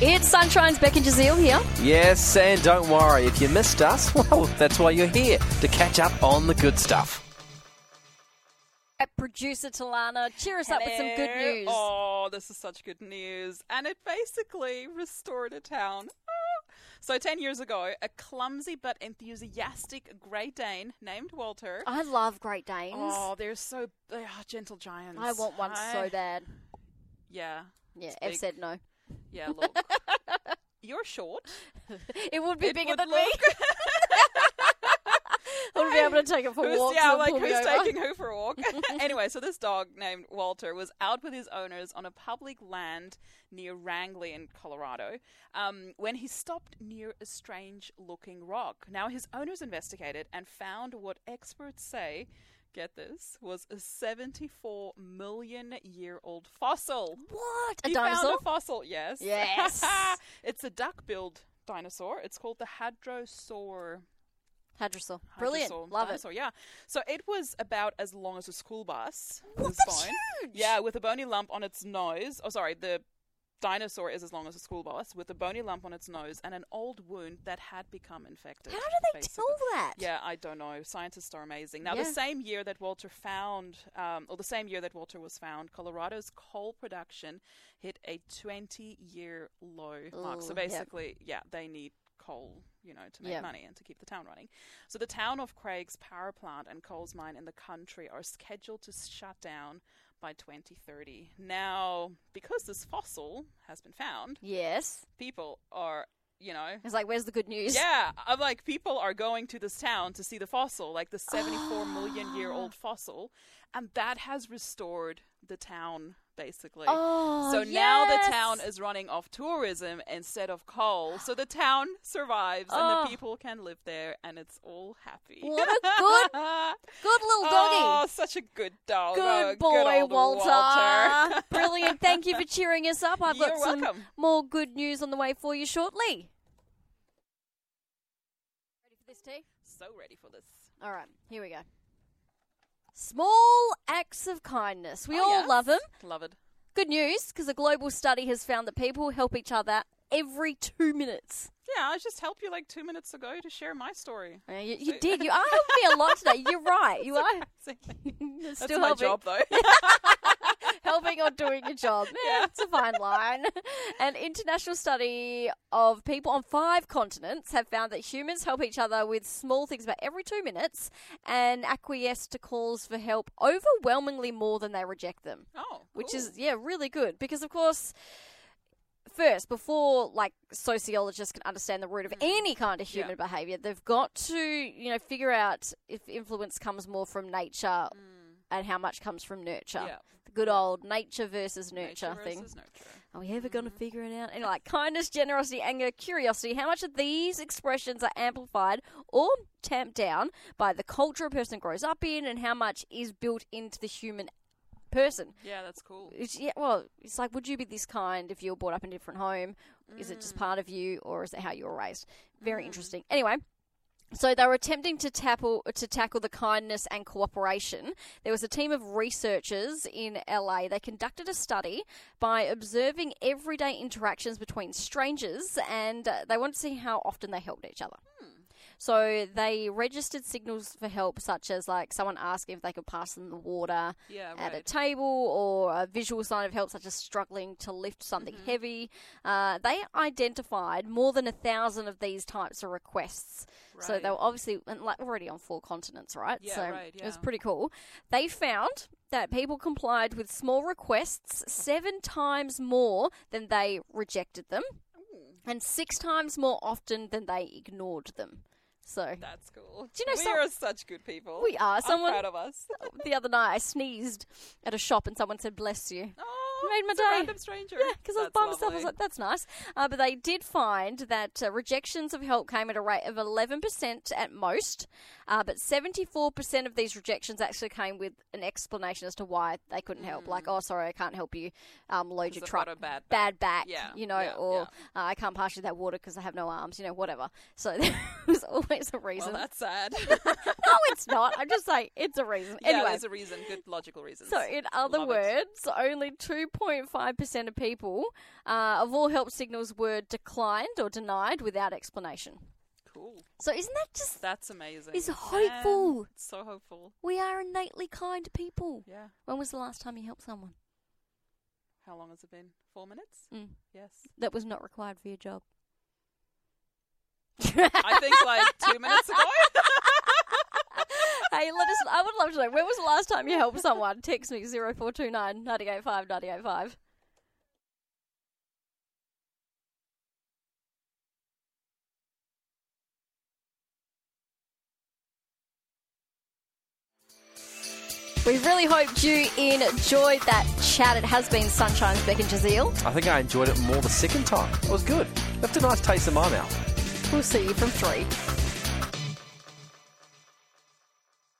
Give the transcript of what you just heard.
It's Sunshine's Becky Jazeel here. Yes, and don't worry, if you missed us, well, that's why you're here, to catch up on the good stuff. At producer Talana, cheer us up with some good Hello. news. Oh, this is such good news. And it basically restored a town. Ah. So, 10 years ago, a clumsy but enthusiastic Great Dane named Walter. I love Great Danes. Oh, they're so they are gentle giants. I want one so I- bad. Yeah. Yeah, It's F big. said no. Yeah, look. You're short. It would be It bigger would than me. look- I wouldn't be able to take it for Who's, walks. yeah, and like pull me who's over. taking who for a walk? anyway, so this dog named Walter was out with his owners on a public land near Wrangley in Colorado um, when he stopped near a strange looking rock. Now, his owners investigated and found what experts say. Get this was a 74 million year old fossil. What? A He dinosaur? found a fossil, yes. Yes. it's a duck-billed dinosaur. It's called the hadrosaur. Hadrosaur. Brilliant. Dinosaur, Love dinosaur, Yeah. So it was about as long as a school bus. What? It was That's fine. huge. Yeah, with a bony lump on its nose. Oh, sorry. The dinosaur is as long as a school bus with a bony lump on its nose and an old wound that had become it. infected. How do they basically. tell that? Yeah, I don't know. Scientists are amazing. Now, Yeah. the same year that Walter found, um, or the same year that Walter was found, Colorado's coal production hit a 20 year low mark. Ooh, So yeah. basically, yeah, they need coal, you know, to make Yeah. money and to keep the town running. So the town of Craig's power plant and coal's mine in the country are scheduled to shut down by 2030. Now, because this fossil has been found, Yes. people are, you know, It's like, where's the good news? yeah, I'm like people are going to this town to see the fossil, like the 74 million year old fossil, and that has restored the town basically. Oh, so now yes. the town is running off tourism instead of coal. So the town survives and Oh. the people can live there and it's all happy. What a good Good little doggy. Oh, such a good dog. Good boy, old Walter. Walter. Brilliant. Thank you for cheering us up. I've got You're some welcome. more good news on the way for you shortly. Ready for this tea? so ready for this. All right, here we go. Small acts of kindness. We Oh, all yes. love them. Love it. Good news, because a global study has found that people help each other every two minutes. Yeah, I just helped you like two minutes ago to share my story. Uh, You, you did. You are helping me a lot today. You're right. You are You're That's still my helping. job, though. helping or doing your job. Yeah, it's a fine line. An international study of people on five continents have found that humans help each other with small things about every two minutes and acquiesce to calls for help overwhelmingly more than they reject them oh, which cool. is yeah really good because of course first before like sociologists can understand the root of any kind of Mm. Yeah. human behavior they've got to you know figure out if influence comes more from nature and how much comes from nurture Mm. Yeah. the good old nature versus nurture Nature thing versus nurture. are we ever going to figure it out? And like kindness, generosity, anger, curiosity, how much of these expressions are amplified or tamped down by the culture a person grows up in and how much is built into the human person? Yeah, that's cool. It's, yeah, well, it's like, would you be this kind if you were brought up in a different home? Is it just part of you, or is it how you were raised? Very interesting. Anyway, so they were attempting to tackle to tackle the kindness and cooperation. There was a team of researchers in LA. They conducted a study by observing everyday interactions between strangers, and uh, they wanted to see how often they helped each other. So they registered signals for help, such as like someone asking if they could pass them the water Yeah, at a right. table, or a visual sign of help, such as struggling to lift something Mm-hmm. heavy. Uh, they identified more than a thousand of these types of requests. So they Right. were obviously and like already on four continents, right? Yeah, so right, it was yeah. pretty cool. They found that people complied with small requests seven times more than they rejected them, and six times more often than they ignored them. So That's cool. Do you know we some- are such good people. we are. Someone I'm proud of us. the other night I sneezed at a shop and someone said, "Bless you." Oh, made my it's a day. random stranger. Yeah, because I was That's by myself. I was lovely. like, that's nice. Uh, but they did find that uh, rejections of help came at a rate of 11% at most, uh, but 74% of these rejections actually came with an explanation as to why they couldn't help. Like, oh, sorry, I can't help you um, load your Mm. I've truck. got a bad bad back." back, Yeah, you know, yeah, or Uh, I can't pass you that water because I have no arms, you know, whatever. So there was always a reason. well, that's sad. no, it's not. I'm just saying it's a reason. Yeah, anyway, there's a reason. Good logical reasons. so, in other Love it. words, only 2% 2.5% of people uh, of all help signals were declined or denied without explanation. Cool. So isn't that just That's amazing. It's hopeful. Man, it's so hopeful. we are innately kind people. Yeah. When was the last time you helped someone? How long has it been? Four minutes? Mm. Yes. That was not required for your job. I think like two minutes ago. hey, let us. I would love to know when was the last time you helped someone. Text me zero four two nine ninety eight five ninety eight five. We really hoped you enjoyed that chat. It has been Sunshine's Beck and Jazeel. I think I enjoyed it more the second time. It was good. Left a nice taste in my mouth. We'll see you from three.